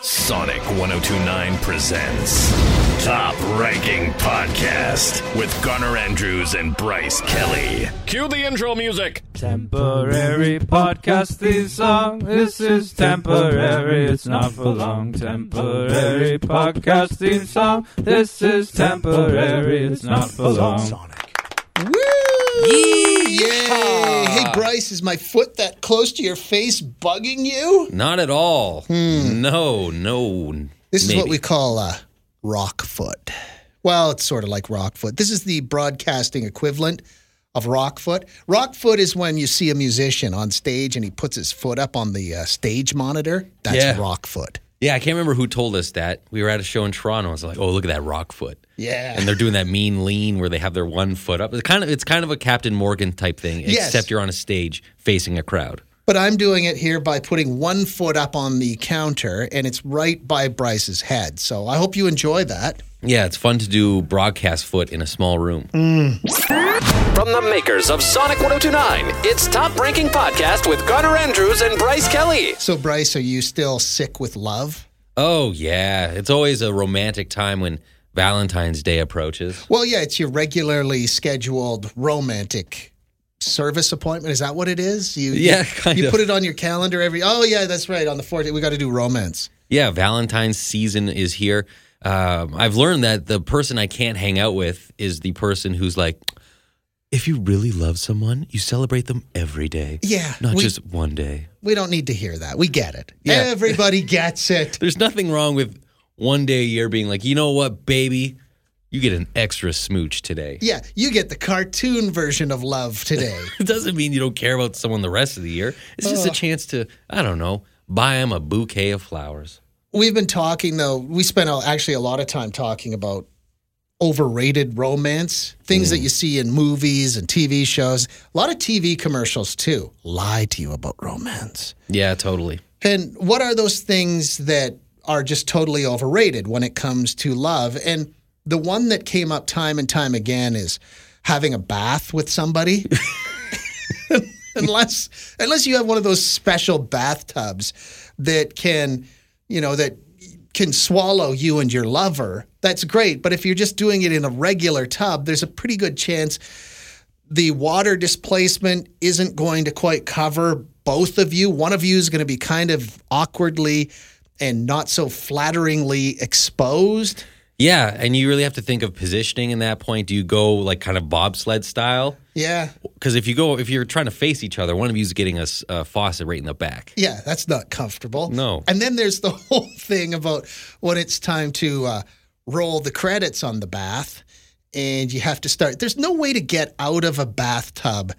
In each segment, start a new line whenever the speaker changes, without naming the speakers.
Sonic 1029 presents Top Ranking Podcast with Garner Andrews and Bryce Kelly. Cue the intro music.
Temporary podcast theme song. This is temporary. It's not for long. Temporary podcast theme song. This is temporary. It's not for long.
Yay! Hey,
Uh,
Bryce, is my foot that close to your face bugging you?
Not at all. No, no.
Hmm. This is what
Maybe.
we call uh, rock foot. Well, it's sort of like rock foot. This is the broadcasting equivalent of rock foot. Rock foot is when you see a musician on stage and he puts his foot up on the uh, stage monitor. That's
Yeah.
rock foot.
Yeah, I can't remember who told us that. We were at a show in Toronto. I was like, "Oh, look at that rock foot."
Yeah.
And they're doing that mean lean where they have their one foot up. It's kind of it's kind of a Captain Morgan type thing,
Yes.
except you're on a stage facing a crowd.
But I'm doing it here by putting one foot up on the counter and it's right by Bryce's head. So I hope you enjoy that.
Yeah, it's fun to do broadcast foot in a small room.
Mm.
From the makers of Sonic 1029, it's Top Ranking Podcast with Garner Andrews and Bryce Kelly.
So, Bryce, are you still sick with love?
Oh yeah, it's always a romantic time when Valentine's Day approaches.
Well, yeah, it's your regularly scheduled romantic service appointment. Is that what it is? You,
Yeah,
you,
kind
you
of.
put it on your calendar every. Oh, yeah, that's right. On the 14th, we got to do romance.
Yeah, Valentine's season is here. Um, I've learned that the person I can't hang out with is the person who's like, if you really love someone, you celebrate them every day.
Yeah,
Not
we-
just one day.
We don't need to hear that. We get it.
Yeah.
Everybody gets it.
There's nothing wrong with one day a year being like, you know what, baby? You get an extra smooch today.
Yeah, you get the cartoon version of love today.
It doesn't mean you don't care about someone the rest of the year. It's just a chance to, I don't know, buy them a bouquet of flowers.
We've been talking though. We spent a- actually a lot of time talking about overrated romance things
Mm.
that you see in movies and TV shows. A lot of TV commercials too lie to you about romance.
Yeah, totally.
And what are those things that are just totally overrated when it comes to love? And the one that came up time and time again is having a bath with somebody. unless unless you have one of those special bathtubs that can, you know, that can swallow you and your lover. That's great, but if you're just doing it in a regular tub, there's a pretty good chance the water displacement isn't going to quite cover both of you. One of you is going to be kind of awkwardly and not so flatteringly exposed.
Yeah, and you really have to think of positioning in that point. Do you go like kind of bobsled style?
Yeah.
Because if you go, if you're trying to face each other, one of you is getting a, s- a faucet right in the back.
Yeah, that's not comfortable.
No.
And then there's the whole thing about when it's time to uh, roll the credits on the bath and you have to start. There's no way to get out of a bathtub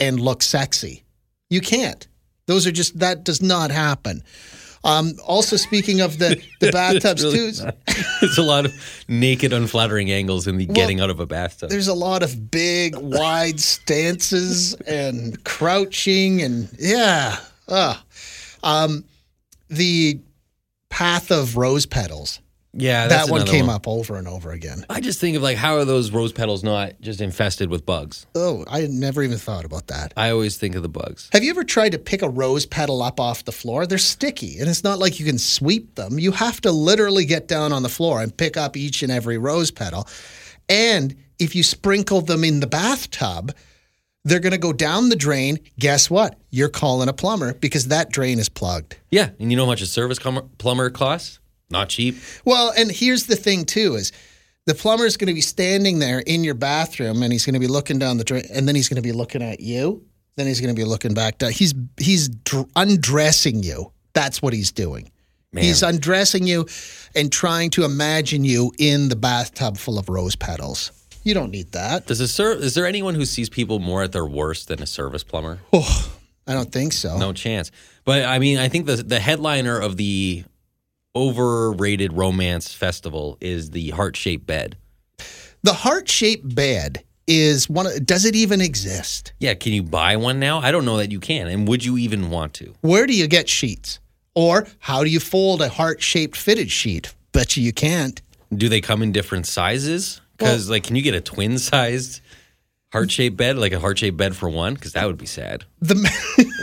and look sexy. You can't. Those are just, that does not happen. Um, also, speaking of the, the bathtubs,
really
too,
not. There's a lot of naked, unflattering angles in the getting out of a bathtub.
there's a lot of big, wide stances and crouching, and yeah. Ugh. Um, the path of rose petals.
Yeah, that's
That one
another
came up over and over again.
I just think of like how are those rose petals not just infested with bugs?
Oh, I had never even thought about that.
I always think of the bugs.
Have you ever tried to pick a rose petal up off the floor? They're sticky, and it's not like you can sweep them. You have to literally get down on the floor and pick up each and every rose petal. And if you sprinkle them in the bathtub, they're going to go down the drain. Guess what? You're calling a plumber because that drain is plugged.
Yeah, and you know how much a service com- plumber costs? Not cheap.
Well, and here's the thing too is the plumber's going to be standing there in your bathroom and he's going to be looking down the drain and then he's going to be looking at you. Then he's going to be looking back down. He's he's dr- undressing you. That's what he's doing. He's undressing you and trying to imagine you in the bathtub full of rose petals. You don't need that.
Does a ser- is there anyone who sees people more at their worst than a service plumber?
I don't think so.
No chance. But I mean, I think the the headliner of the overrated romance festival is the heart shaped bed.
The heart-shaped bed is one of, does it even exist?
Yeah, can you buy one now? I don't know that you can. And would you even want to?
Where do you get sheets? Or how do you fold a heart shaped fitted sheet? Bet you you can't.
Do they come in different sizes? Because like, can you get a twin sized Heart shaped bed, like a heart shaped bed for one, because that would be sad.
the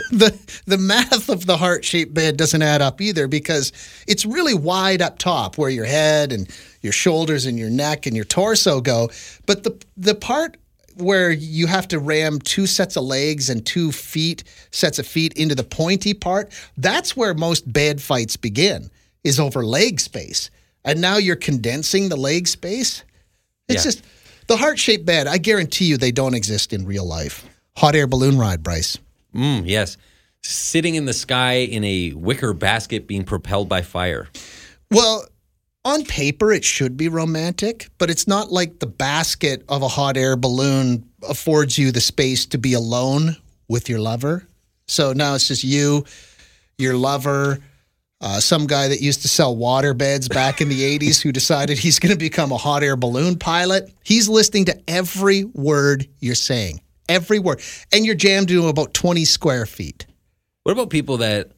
the the math of the heart shaped bed doesn't add up either because it's really wide up top where your head and your shoulders and your neck and your torso go, but the the part where you have to ram two sets of legs and two feet sets of feet into the pointy part, that's where most bed fights begin is over leg space. And now you're condensing the leg space. It's
Yeah.
just the heart shaped bed. I guarantee you they don't exist in real life. Hot air balloon ride, Bryce.
Mm, yes. Sitting in the sky in a wicker basket being propelled by fire.
Well, on paper, it should be romantic, but it's not like the basket of a hot air balloon affords you the space to be alone with your lover. So now it's just you, your lover, uh, some guy that used to sell water beds back in the 80s who decided he's going to become a hot air balloon pilot. He's listening to every word you're saying, every word. And you're jammed into about 20 square feet.
What about people that,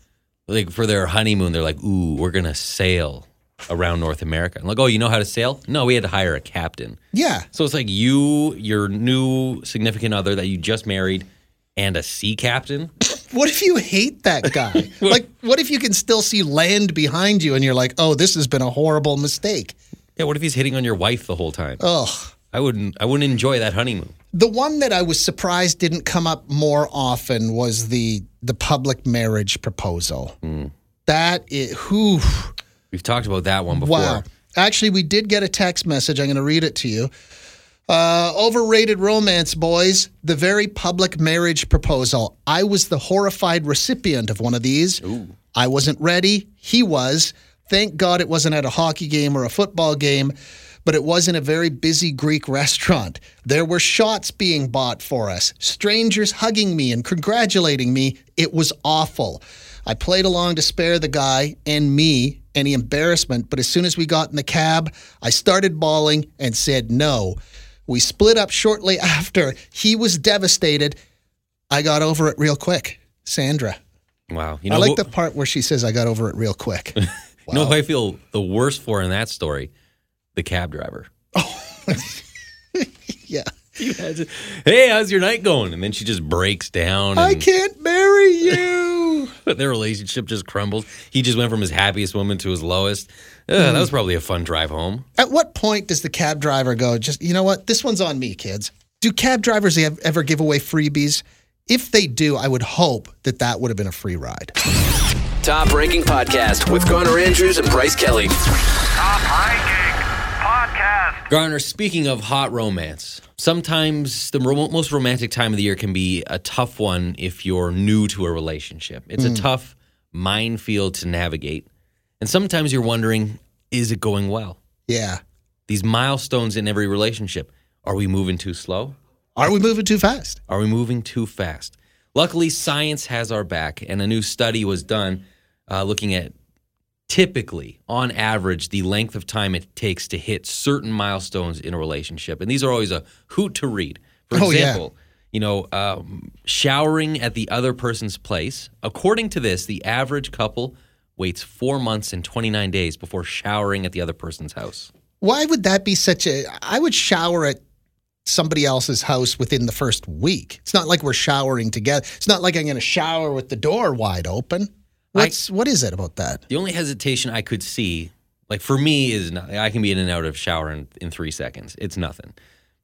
like, for their honeymoon, they're like, ooh, we're going to sail around North America? And like, oh, you know how to sail? No, we had to hire a captain.
Yeah.
So it's like you, your new significant other that you just married, and a sea captain.
What if you hate that guy? like, what if you can still see land behind you and you're like, oh, this has been a horrible mistake?
Yeah, what if he's hitting on your wife the whole time?
Ugh.
I wouldn't. I wouldn't enjoy that honeymoon.
The one that I was surprised didn't come up more often was the the public marriage proposal. That is, whew,
We've talked about that one before.
wow. Actually, we did get a text message. I'm going to read it to you. Uh, overrated romance, boys. The very public marriage proposal. I was the horrified recipient of one of these. I wasn't ready. He was. Thank God it wasn't at a hockey game or a football game, but it was in a very busy Greek restaurant. There were shots being bought for us, strangers hugging me and congratulating me. It was awful. I played along to spare the guy and me any embarrassment, but as soon as we got in the cab, I started bawling and said no. We split up shortly after. He was devastated. I got over it real quick. Sandra.
Wow. You
I
know,
like
who-
the part where she says, I got over it real quick.
you know who I feel the worst for in that story? The cab driver.
Oh. yeah.
You had to- hey, how's your night going? And then she just breaks down.
I
And
can't marry you.
their relationship just crumbles. He just went from his happiest moment to his lowest. Ugh, That was probably a fun drive home.
At what point does the cab driver go, just, you know what? This one's on me, kids. Do cab drivers ev- ever give away freebies? If they do, I would hope that that would have been a free ride.
Top ranking podcast with Garner Andrews and Bryce Kelly.
Top Ranking Podcast.
Garner, speaking of hot romance, sometimes the ro- most romantic time of the year can be a tough one if you're new to a relationship. It's
Mm.
a tough minefield to navigate. And sometimes you're wondering, is it going well?
Yeah.
These milestones in every relationship. Are we moving too slow?
Are we moving too fast?
Are we moving too fast? Luckily, science has our back, and a new study was done uh, looking at typically, on average, the length of time it takes to hit certain milestones in a relationship. And these are always a hoot to read. For
Oh, yeah.
example, you know, um, showering at the other person's place. According to this, the average couple waits four months and 29 days before showering at the other person's house.
Why would that be such a. I would shower at somebody else's house within the first week. It's not like we're showering together. It's not like I'm going to shower with the door wide open. What's, what is it about that?
The only hesitation I could see, like for me, is not, I can be in and out of shower in, in three seconds. It's nothing.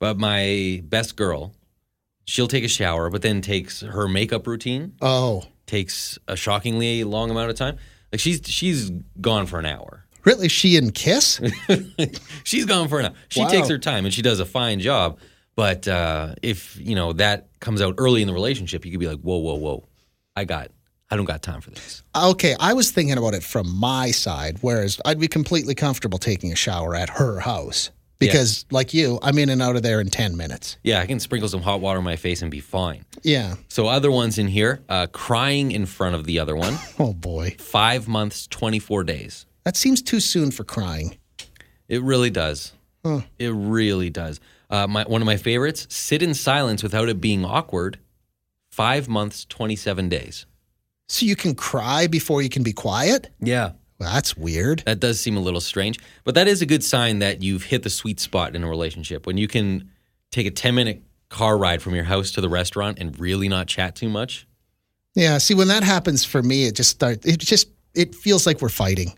But my best girl, she'll take a shower, but then takes her makeup routine,
Oh,
takes a shockingly long amount of time. Like she's she's gone for an hour.
really? She and Kiss?
She's gone for an hour. She
Wow.
takes her time and she does a fine job. But uh, if you know that comes out early in the relationship, you could be like, whoa, whoa, whoa, I got, I don't got time for this.
okay, I was thinking about it from my side, whereas I'd be completely comfortable taking a shower at her house because, like you, I'm in and out of there in 10 minutes.
Yeah, I can sprinkle some hot water on my face and be fine.
Yeah.
So other ones in here, uh, crying in front of the other one,
Oh, boy.
five months, twenty four days.
That seems too soon for crying.
It really does. It really does. Uh, my one of my favorites, sit in silence without it being awkward, five months, twenty seven days.
So you can cry before you can be quiet?
Yeah,
Well, that's weird.
that does seem a little strange, but that is a good sign that you've hit the sweet spot in a relationship when you can take a ten minute car ride from your house to the restaurant and really not chat too much.
Yeah. See, when that happens for me, it just starts. It just it feels like we're fighting.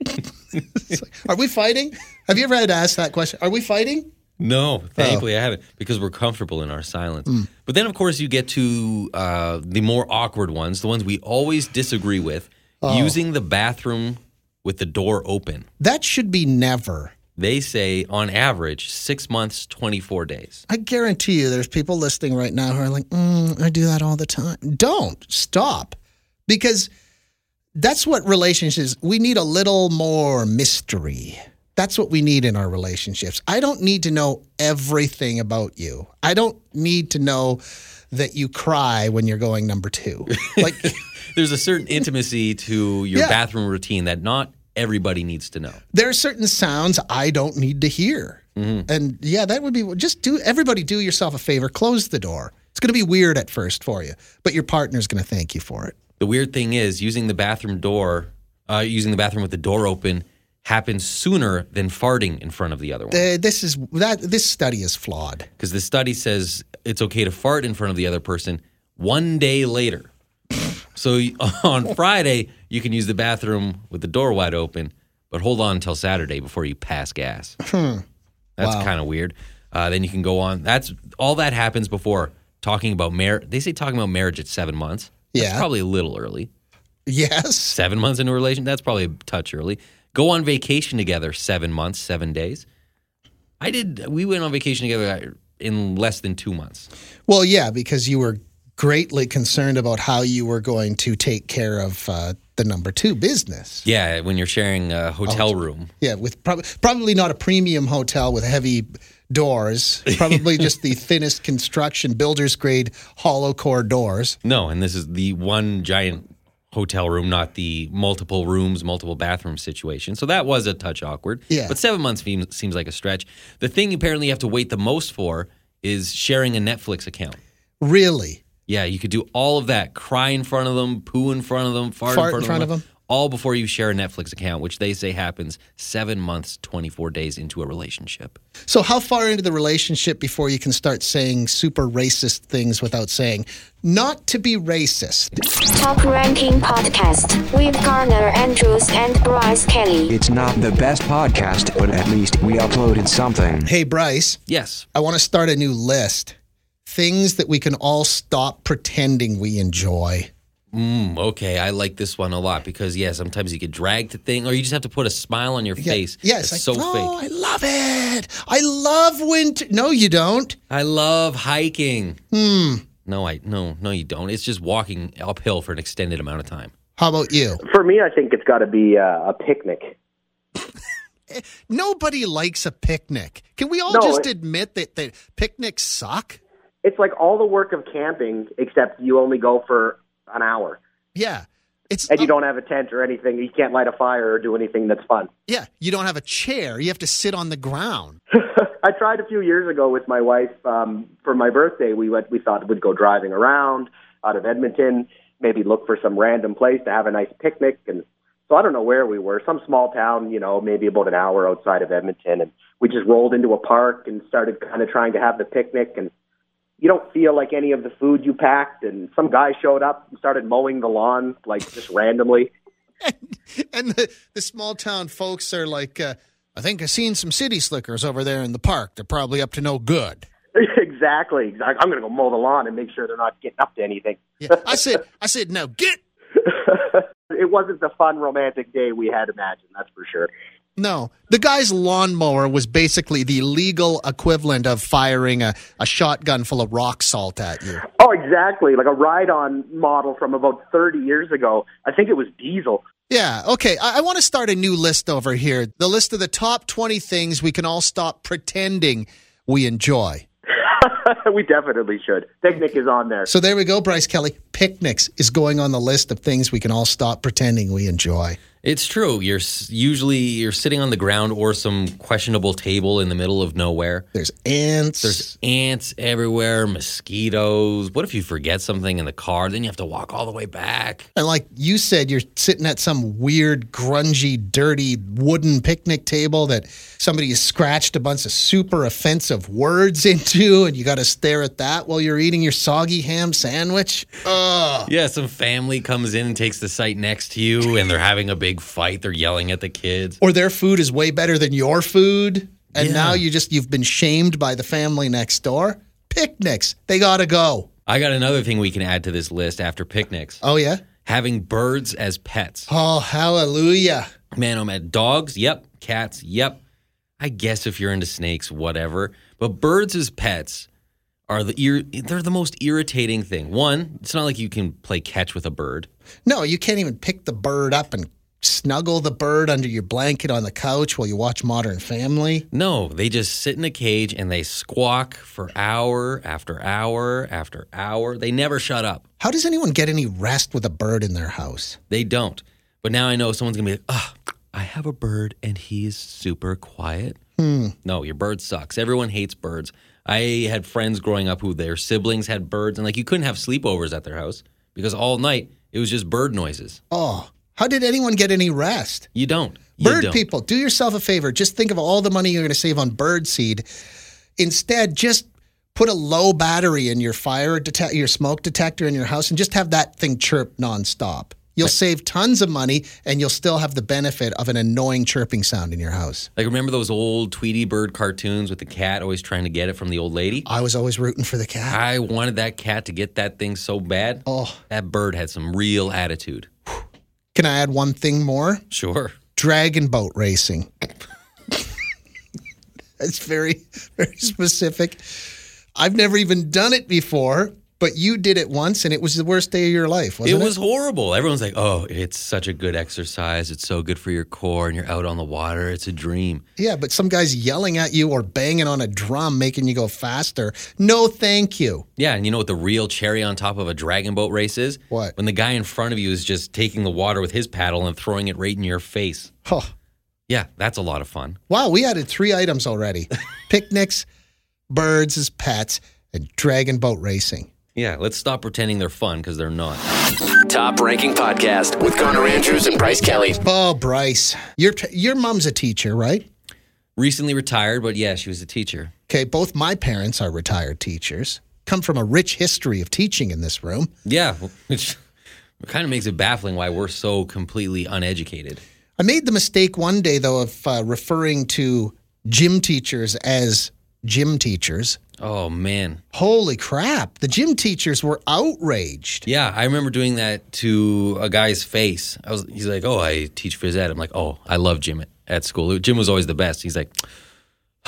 It's like, are we fighting? Have you ever had to ask that question? Are we fighting?
No, thankfully I haven't because we're comfortable in our silence. But then, of course, you get to uh, the more awkward ones, the ones we always disagree with, using the bathroom with the door open.
That should be never.
They say on average six months, 24 days.
I guarantee you, there's people listening right now who are like, mm, I do that all the time. Don't stop, because that's what relationships. We need a little more mystery. That's what we need in our relationships. I don't need to know everything about you. I don't need to know that you cry when you're going number two. Like.
There's a certain intimacy to your
Yeah.
bathroom routine that not everybody needs to know.
there are certain sounds I don't need to hear. And yeah, that would be just do everybody do yourself a favor, close the door. It's going to be weird at first for you, but your partner's going to thank you for it.
The weird thing is using the bathroom door, uh, using the bathroom with the door open happens sooner than farting in front of the other one.
Uh, this is that this study is flawed.
because the study says it's okay to fart in front of the other person one day later. so y- on Friday, you can use the bathroom with the door wide open, but hold on until Saturday before you pass gas. That's kind of weird. Uh, then you can go on. That's all that happens before talking about marriage. They say talking about marriage at seven months. That's
Yeah.
probably a little early.
Yes.
Seven months into a relation, that's probably a touch early. Go on vacation together seven months, seven days. I did. We went on vacation together uh, in less than two months.
Well, yeah, because you were greatly concerned about how you were going to take care of uh, the number two business.
Yeah, when you're sharing a hotel room.
Yeah, with prob- probably not a premium hotel with heavy doors, probably just the thinnest construction, builder's grade hollow core doors.
No, and this is the one giant hotel room, not the multiple rooms, multiple bathroom situation. So that was a touch awkward.
Yeah.
But seven months seems, seems like a stretch. The thing apparently you have to wait the most for is sharing a Netflix account.
Really?
Yeah, you could do all of that. Cry in front of them, poo in front of them, fart,
Fart
in front, of, them,
them.
All before you share a Netflix account, which they say happens seven months, 24 days into a relationship.
So, how far into the relationship before you can start saying super racist things without saying, not to be racist?
Top Ranking Podcast with Garner Andrews and Bryce Kelly.
It's not the best podcast, but at least we uploaded something.
Hey, Bryce,
Yes.
I want to start a new list. Things that we can all stop pretending we enjoy.
Mm, okay, I like this one a lot because, yeah, sometimes you get dragged to things or you just have to put a smile on your face.
Yeah, it's
It's
like,
so
oh,
fake.
I love it. I love winter. No, you don't.
I love hiking. Hmm. No, I no, no, you don't. It's just walking uphill for an extended amount of time.
How about you?
For me, I think it's got to be uh, a picnic.
Nobody likes a picnic. Can we all
No,
just
it-
admit that, that picnics suck?
It's like all the work of camping, except you only go for an hour,
Yeah. It's
and you don't have a tent or anything. You can't light a fire or do anything that's fun.
yeah, you don't have a chair. You have to sit on the ground.
I tried a few years ago with my wife um, for my birthday. We went. We thought we'd go driving around out of Edmonton, maybe look for some random place to have a nice picnic. And so I don't know where we were, some small town, you know, maybe about an hour outside of Edmonton. And we just rolled into a park and started kind of trying to have the picnic. And you don't feel like any of the food you packed. And some guy showed up and started mowing the lawn like just randomly.
and the, the small town folks are like, uh, I think I've seen some city slickers over there in the park. They're probably up to no good.
exactly. Exact- I'm going to go mow the lawn and make sure they're not getting up to anything.
Yeah. I said, I said, now get
it wasn't the fun romantic day we had imagined, that's for sure.
no. The guy's lawnmower was basically the legal equivalent of firing a, a shotgun full of rock salt at you.
Oh, exactly. Like a ride on model from about 30 years ago. I think it was Diesel.
Yeah. Okay. I, I want to start a new list over here. The list of the top twenty things we can all stop pretending we enjoy.
we definitely should. Picnic is on there.
So there we go, Bryce Kelly. Picnics is going on the list of things we can all stop pretending we enjoy.
It's true. You're s- usually you're sitting on the ground or some questionable table in the middle of nowhere.
There's ants.
There's ants everywhere, mosquitoes. What if you forget something in the car? Then you have to walk all the way back.
and like you said, you're sitting at some weird, grungy, dirty wooden picnic table that somebody has scratched a bunch of super offensive words into, and you got to stare at that while you're eating your soggy ham sandwich.
Yeah, some family comes in and takes the site next to you, and they're having a big fight. They're yelling at the kids.
Or their food is way better than your food, and
Yeah.
now you just you've been shamed by the family next door. Picnics, they gotta go.
I got another thing we can add to this list after picnics:
Oh yeah.
having birds as pets.
Oh hallelujah.
Man, I'm at dogs. Yep. Cats. Yep. I guess if you're into snakes, whatever. But birds as pets are the ir- they're the most irritating thing. One, it's not like you can play catch with a bird.
No, you can't even pick the bird up and snuggle the bird under your blanket on the couch while you watch Modern Family.
No, they just sit in a cage and they squawk for hour after hour after hour. They never shut up.
How does anyone get any rest with a bird in their house?
They don't. But now I know someone's gonna be like, "Ah, I have a bird and he is super quiet."
Hmm.
No, your bird sucks. Everyone hates birds. I had friends growing up who their siblings had birds, and like you couldn't have sleepovers at their house because all night it was just bird noises.
Oh, how did anyone get any rest?
You don't. You
Bird
don't.
people, do yourself a favor. Just think of all the money you're going to save on bird seed. Instead, just put a low battery in your fire detect your smoke detector in your house and just have that thing chirp nonstop. You'll save tons of money and you'll still have the benefit of an annoying chirping sound in your house.
Like remember those old Tweety Bird cartoons with the cat always trying to get it from the old lady?
I was always rooting for the cat.
I wanted that cat to get that thing so bad.
Oh.
That bird had some real attitude.
Can I add one thing more?
Sure.
Dragon boat racing. That's very, very specific. I've never even done it before, but you did it once and it was the worst day of your
It
life, wasn't it?
was horrible. Everyone's like, "Oh, it's such a good exercise. It's so good for your core, and you're out on the water. It's a dream."
Yeah, but some guy's yelling at you or banging on a drum, making you go faster. No, thank you.
Yeah, and you know what the real cherry on top of a dragon boat race is?
What?
When the guy in front of you is just taking the water with his paddle and throwing it right in your face.
Huh.
Yeah, that's a lot of fun.
Wow, we added three items already picnics, birds as pets, and dragon boat racing.
Yeah, let's stop pretending they're fun because they're not.
Top ranking podcast with Garner Andrews and Bryce Kelly.
Oh, Bryce, your, your mom's a teacher, right?
Recently retired, but yeah, she was a teacher.
Okay, both my parents are retired teachers. Come from a rich history of teaching in this room.
Yeah, which kind of makes it baffling why we're so completely uneducated.
I made the mistake one day, though, of uh, referring to gym teachers as gym teachers.
Oh man,
Holy crap, the gym teachers were outraged.
Yeah, I remember doing that to a guy's face. I was he's like, "Oh, I teach phys ed." I'm like, "Oh, I love gym at, at school. Gym was always the best." He's like,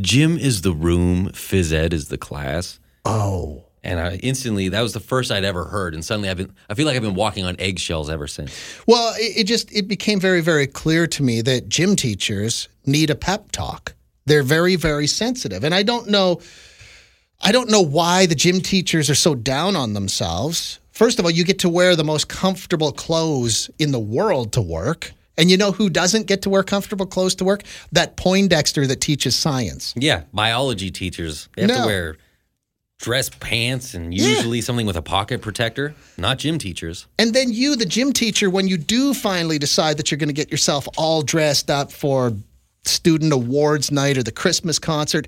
"Gym is the room, phys ed is the class."
Oh.
And I instantly that was the first I'd ever heard and suddenly I've been I feel like I've been walking on eggshells ever since.
Well, it, it just it became very, very clear to me that gym teachers need a pep talk. They're very, very sensitive. And I don't know I don't know why the gym teachers are so down on themselves. First of all, you get to wear the most comfortable clothes in the world to work. And you know who doesn't get to wear comfortable clothes to work? That Poindexter that teaches science.
Yeah, biology teachers they have
No.
to wear dress pants and usually something with a pocket protector, not gym teachers.
And then you, the gym teacher, when you do finally decide that you're going to get yourself all dressed up for student awards night or the Christmas concert,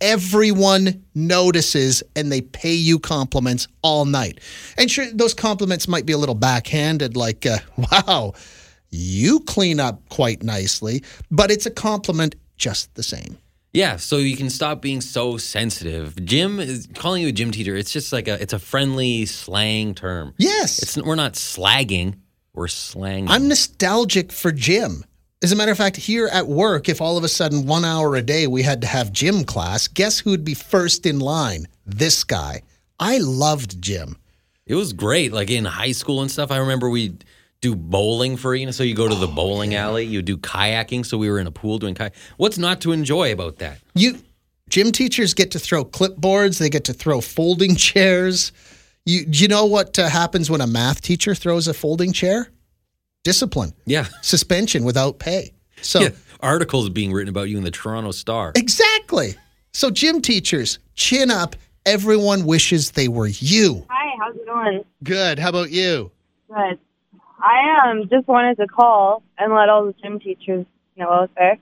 everyone notices and they pay you compliments all night. And sure, those compliments might be a little backhanded, like, uh, wow, you clean up quite nicely, but it's a compliment just the same.
Yeah, so you can stop being so sensitive. Gym is calling you a gym teacher. It's just like a it's a friendly slang term.
Yes.
It's we're not slagging, we're slanging.
I'm nostalgic for gym. As a matter of fact, here at work, if all of a sudden one hour a day we had to have gym class, guess who'd be first in line? This guy. I loved gym.
it was great like in high school and stuff. I remember we would do bowling for you know so you go to the
Oh,
bowling alley, you do kayaking, so we were in a pool doing kayak. What's not to enjoy about that?
You gym teachers get to throw clipboards, they get to throw folding chairs. You do you know what uh, happens when a math teacher throws a folding chair? discipline,
Yeah.
suspension without pay. So
yeah. Articles being written about you in the Toronto Star.
exactly. So gym teachers, chin up. Everyone wishes they were you.
Hi, how's it going?
Good. How about you?
Good. I um just wanted to call and let all the gym teachers know out there.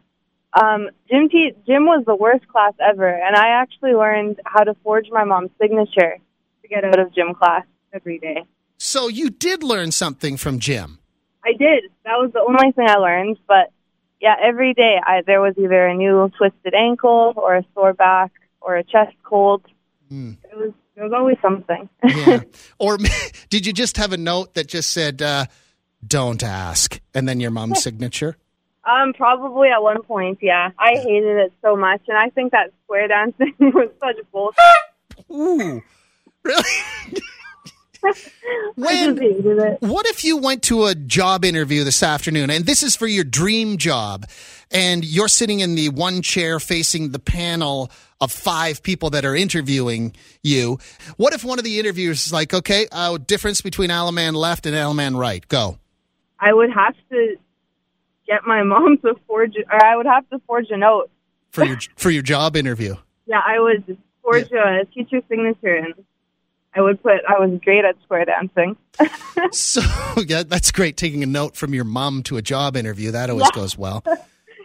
Um, gym te- gym was the worst class ever, and I actually learned how to forge my mom's signature to get out of gym class every day.
So you did learn something from gym.
I did. That was the only thing I learned. But yeah, every day I there was either a new twisted ankle or a sore back or a chest cold. It was there was always something.
Yeah. or did you just have a note that just said, uh, "Don't ask," and then your mom's signature?
Um, probably at one point, yeah. I hated it so much, and I think that square dancing was such bullshit.
Ooh, really?
I just
when?
hated it.
What if you went to a job interview this afternoon, and this is for your dream job, and you're sitting in the one chair facing the panel of five people that are interviewing you? What if one of the interviewers is like, "Okay, uh, difference between Alaman left and Alaman right? Go."
I would have to get my mom to forge, or I would have to forge a note.
for your for your job interview.
Yeah, I would forge a teacher signature, and I would put I was great at square dancing.
So yeah, that's great. Taking a note from your mom to a job interview that always goes well.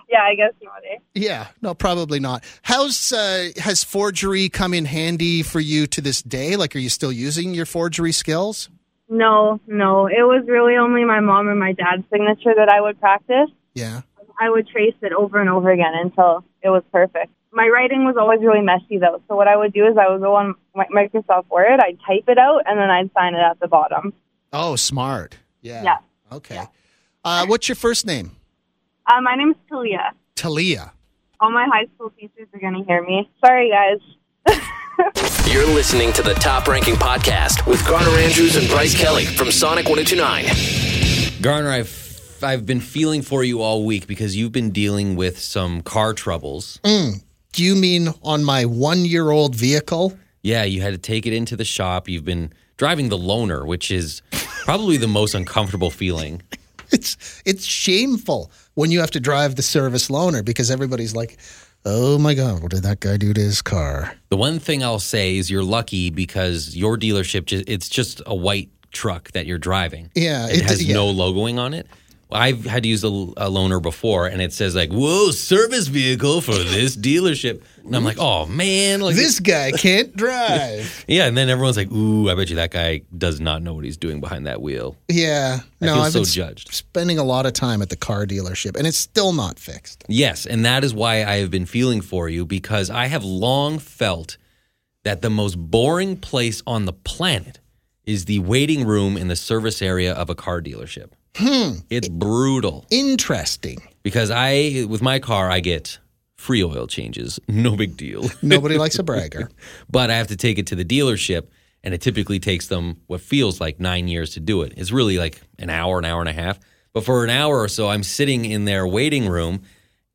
Yeah, I guess not. Eh?
Yeah, no, probably not. How's uh, has forgery come in handy for you to this day? Like, are you still using your forgery skills?
No, no, it was really only my mom and my dad's signature that I would practice.
Yeah.
I would trace it over and over again until it was perfect. My writing was always really messy though, so what I would do is I would go on Mi- Microsoft Word, I'd type it out, and then I'd sign it at the bottom.
Oh, smart. Yeah.
Yeah.
Okay. Uh, what's your first name?
Uh, my name's Talia.
Talia.
All my high school teachers are going to hear me. Sorry, guys.
You're listening to the top ranking podcast with Garner Andrews and Bryce Kelly from Sonic 1029.
Garner, I've I've been feeling for you all week because you've been dealing with some car troubles.
Do you mean on my one-year-old vehicle?
Yeah, you had to take it into the shop. You've been driving the loaner, which is probably the most uncomfortable feeling.
It's it's shameful when you have to drive the service loaner because everybody's like, "Oh my God, what did that guy do to his car?"
The one thing I'll say is you're lucky because your dealership ju- it's just a white truck that you're driving.
Yeah,
it,
it-
has
yeah.
no logoing on it. I've had to use a, a loaner before, and it says like "Whoa, service vehicle for this dealership," and I'm like, "Oh man!" Like,
This guy can't drive.
yeah, and then everyone's like, "Ooh, I bet you that guy does not know what he's doing behind that wheel."
Yeah.
I
No,
feel
have
so
been
judged.
spending a lot of time at the car dealership and it's still not fixed.
Yes, and that is why I have been feeling for you because I have long felt that the most boring place on the planet is the waiting room in the service area of a car dealership. It's brutal
Interesting.
because I, with my car, I get free oil changes, no big deal.
Nobody likes a bragger.
but I have to take it to the dealership, and it typically takes them what feels like nine years to do it. It's really like an hour, an hour and a half. But for an hour or so, I'm sitting in their waiting room,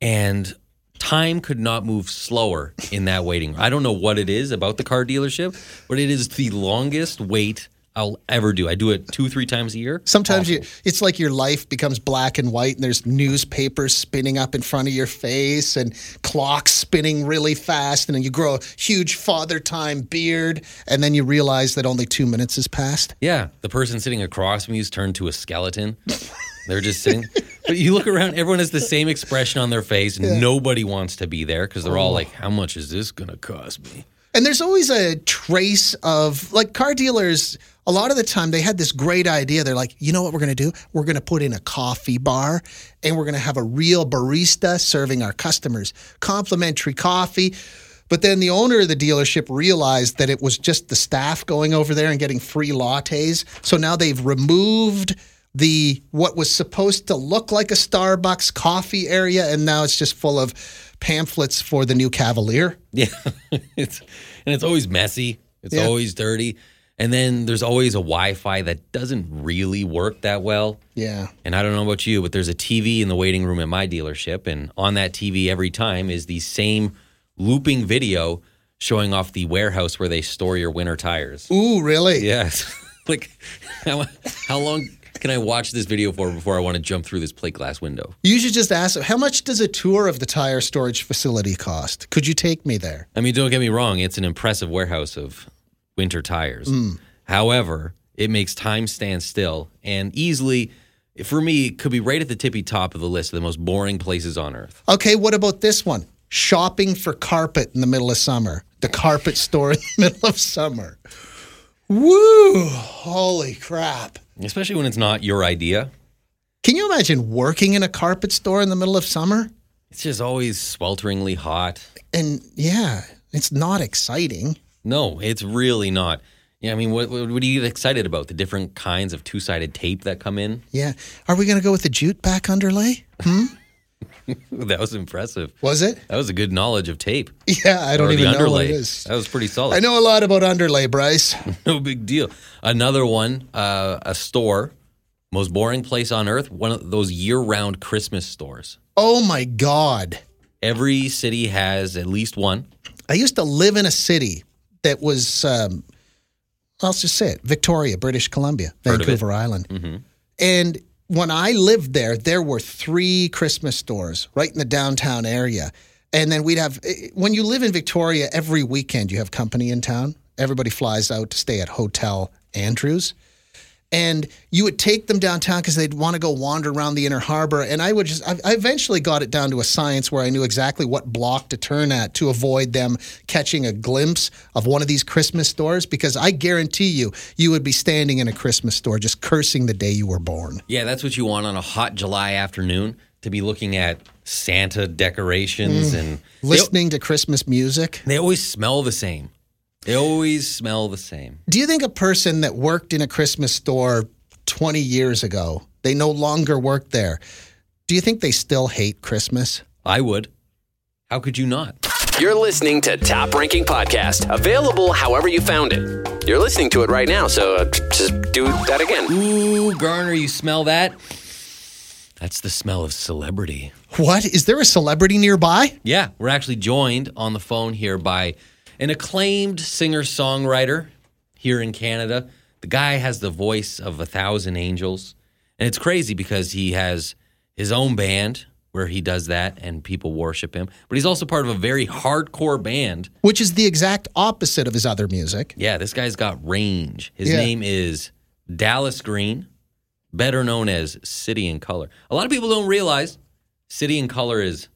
and time could not move slower in that waiting room. I don't know what it is about the car dealership, but it is the longest wait I'll ever do. I do it two, three times a year.
Sometimes you it's like your life becomes black and white and there's newspapers spinning up in front of your face and clocks spinning really fast and then you grow a huge father time beard and then you realize that only 2 minutes has passed.
Yeah, the person sitting across from you's turned to a skeleton. They're just sitting. But you look around, everyone has the same expression on their face. Nobody wants to be there because
Oh.
they're all like, "How much is this gonna cost me?"
And there's always a trace of like car dealers. A lot of the time, they had this great idea. They're like, you know what we're going to do? We're going to put in a coffee bar and we're going to have a real barista serving our customers complimentary coffee. But then the owner of the dealership realized that it was just the staff going over there and getting free lattes. So now they've removed the what was supposed to look like a Starbucks coffee area and now it's just full of pamphlets for the new Cavalier.
Yeah, it's and it's always messy. It's
Yeah.
always dirty, and then there's always a Wi-Fi that doesn't really work that well.
Yeah.
And I don't know about you, but there's a TV in the waiting room at my dealership, and on that TV every time is the same looping video showing off the warehouse where they store your winter tires.
Ooh, really?
Yes. like how, how long can I watch this video for before I want to jump through this plate glass window?
You should just ask them, how much does a tour of the tire storage facility cost? Could you take me there?
I mean, don't get me wrong, it's an impressive warehouse of winter tires.
Mm.
However, it makes time stand still and easily, for me, it could be right at the tippy top of the list of the most boring places on earth.
Okay, what about this one? Shopping for carpet in the middle of summer. The carpet store in the middle of summer. Woo! Holy crap.
Especially when it's not your idea.
Can you imagine working in a carpet store in the middle of summer?
It's just always swelteringly hot.
And yeah, it's not exciting.
No, it's really not. Yeah, I mean, what, what what do you get excited about? The different kinds of two sided tape that come in?
Yeah. Are we going to go with the jute back underlay? Hmm?
that was impressive.
Was it?
That was a good knowledge of tape.
Yeah, I don't
Or the
even know what
underlay.
it is.
That was pretty solid.
I know a lot about underlay, Bryce.
no big deal. Another one, uh, a store, most boring place on earth, one of those year round Christmas stores.
Oh my God.
Every city has at least one.
I used to live in a city that was, um, I'll just say it, Victoria, British Columbia,
Heard of it. Mm-hmm.
Vancouver Island. And when I lived there, there were three Christmas stores right in the downtown area. And then we'd have, eh, when you live in Victoria, every weekend you have company in town. Everybody flies out to stay at Hotel Andrews. And you would take them downtown because they'd want to go wander around the inner harbor. And I would just, I, I eventually got it down to a science where I knew exactly what block to turn at to avoid them catching a glimpse of one of these Christmas stores. Because I guarantee you, you would be standing in a Christmas store just cursing the day you were born.
Yeah, that's what you want on a hot July afternoon to be looking at Santa decorations
Mm.
and they,
listening to Christmas music.
they always smell the same. They always smell the same.
Do you think a person that worked in a Christmas store 20 years ago, they no longer work there, do you think they still hate Christmas?
I would. How could you not?
You're listening to Top Ranking Podcast, available however you found it. You're listening to it right now, so uh, just do that again.
Ooh, Garner, you smell that? That's the smell of celebrity.
What? Is there a celebrity nearby?
Yeah, we're actually joined on the phone here by an acclaimed singer songwriter here in Canada. The guy has the voice of a thousand angels. And it's crazy because he has his own band where he does that and people worship him. But he's also part of a very hardcore band.
Which is the exact opposite of his other music.
Yeah, this guy's got range. His
Yeah.
name is Dallas Green, better known as City in Color. A lot of people don't realize City in Color is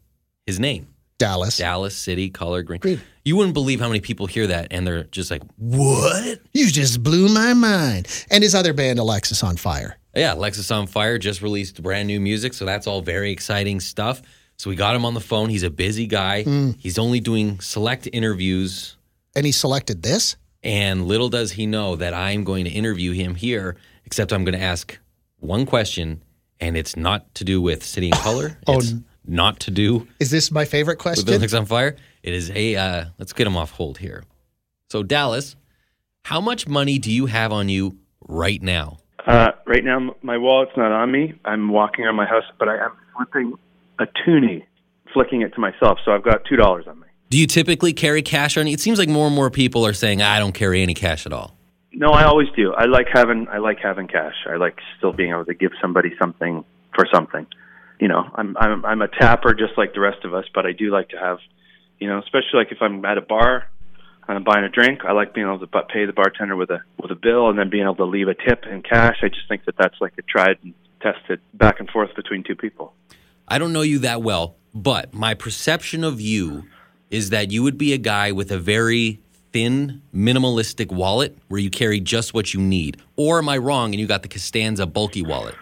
his name.
Dallas.
Dallas City Color Green.
Green.
You wouldn't believe how many people hear that and they're just like, "What?"
You just blew my mind. And his other band, Alexis on Fire.
Yeah, Lexus on Fire just released brand new music, so that's all very exciting stuff. So we got him on the phone. He's a busy guy.
Hmm.
He's only doing select interviews,
And he selected this?
and little does he know that I'm going to interview him here. Except I'm going to ask one question, and it's not to do with City and Color.
Oh,
it's not to do
Is this my favorite
with
question?
Olympics on fire. It is a. Uh, let's get him off hold here. So Dallas, how much money do you have on you right now?
Uh, right now, m- my wallet's not on me. I'm walking around my house, but I am flipping a toonie, flicking it to myself. So I've got two dollars on me.
Do you typically carry cash on you? It seems like more and more people are saying I don't carry any cash at all.
No, I always do. I like having I like having cash. I like still being able to give somebody something for something. You know, I'm I'm I'm a tapper just like the rest of us, but I do like to have, you know, especially like if I'm at a bar and I'm buying a drink, I like being able to bu- pay the bartender with a with a bill and then being able to leave a tip in cash. I just think that that's like a tried and tested back and forth between two people.
I don't know you that well, but my perception of you is that you would be a guy with a very thin, minimalistic wallet where you carry just what you need. Or am I wrong? And you got the Costanza bulky wallet.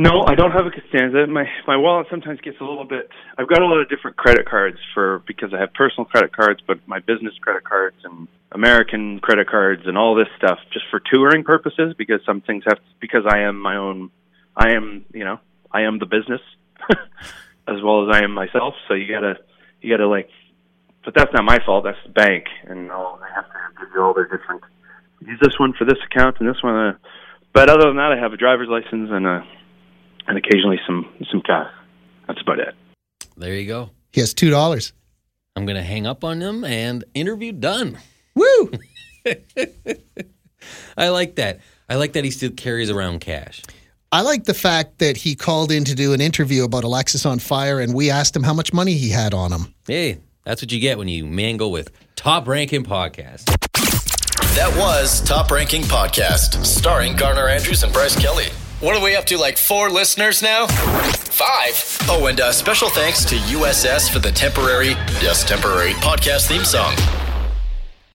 No, I don't have a Costanza. My my wallet sometimes gets a little bit. I've got a lot of different credit cards for because I have personal credit cards, but my business credit cards and American credit cards and all this stuff just for touring purposes because some things have because I am my own. I am you know I am the business as well as I am myself. So you gotta you gotta like, but that's not my fault. That's the bank, and all they have to give you all their different. Use this one for this account and this one. Uh, but other than that, I have a driver's license and a and occasionally some some cash. That's about it.
There you go.
He has $2.
I'm going to hang up on him and interview done.
Woo!
I like that. I like that he still carries around cash.
I like the fact that he called in to do an interview about Alexis on Fire, and we asked him how much money he had on him.
Hey, that's what you get when you mangle with top ranking podcast.
That was Top Ranking Podcast, starring Garner Andrews and Bryce Kelly. What are we up to, like four listeners now? Five. Oh, and uh, special thanks to USS for the temporary, yes, temporary podcast theme song.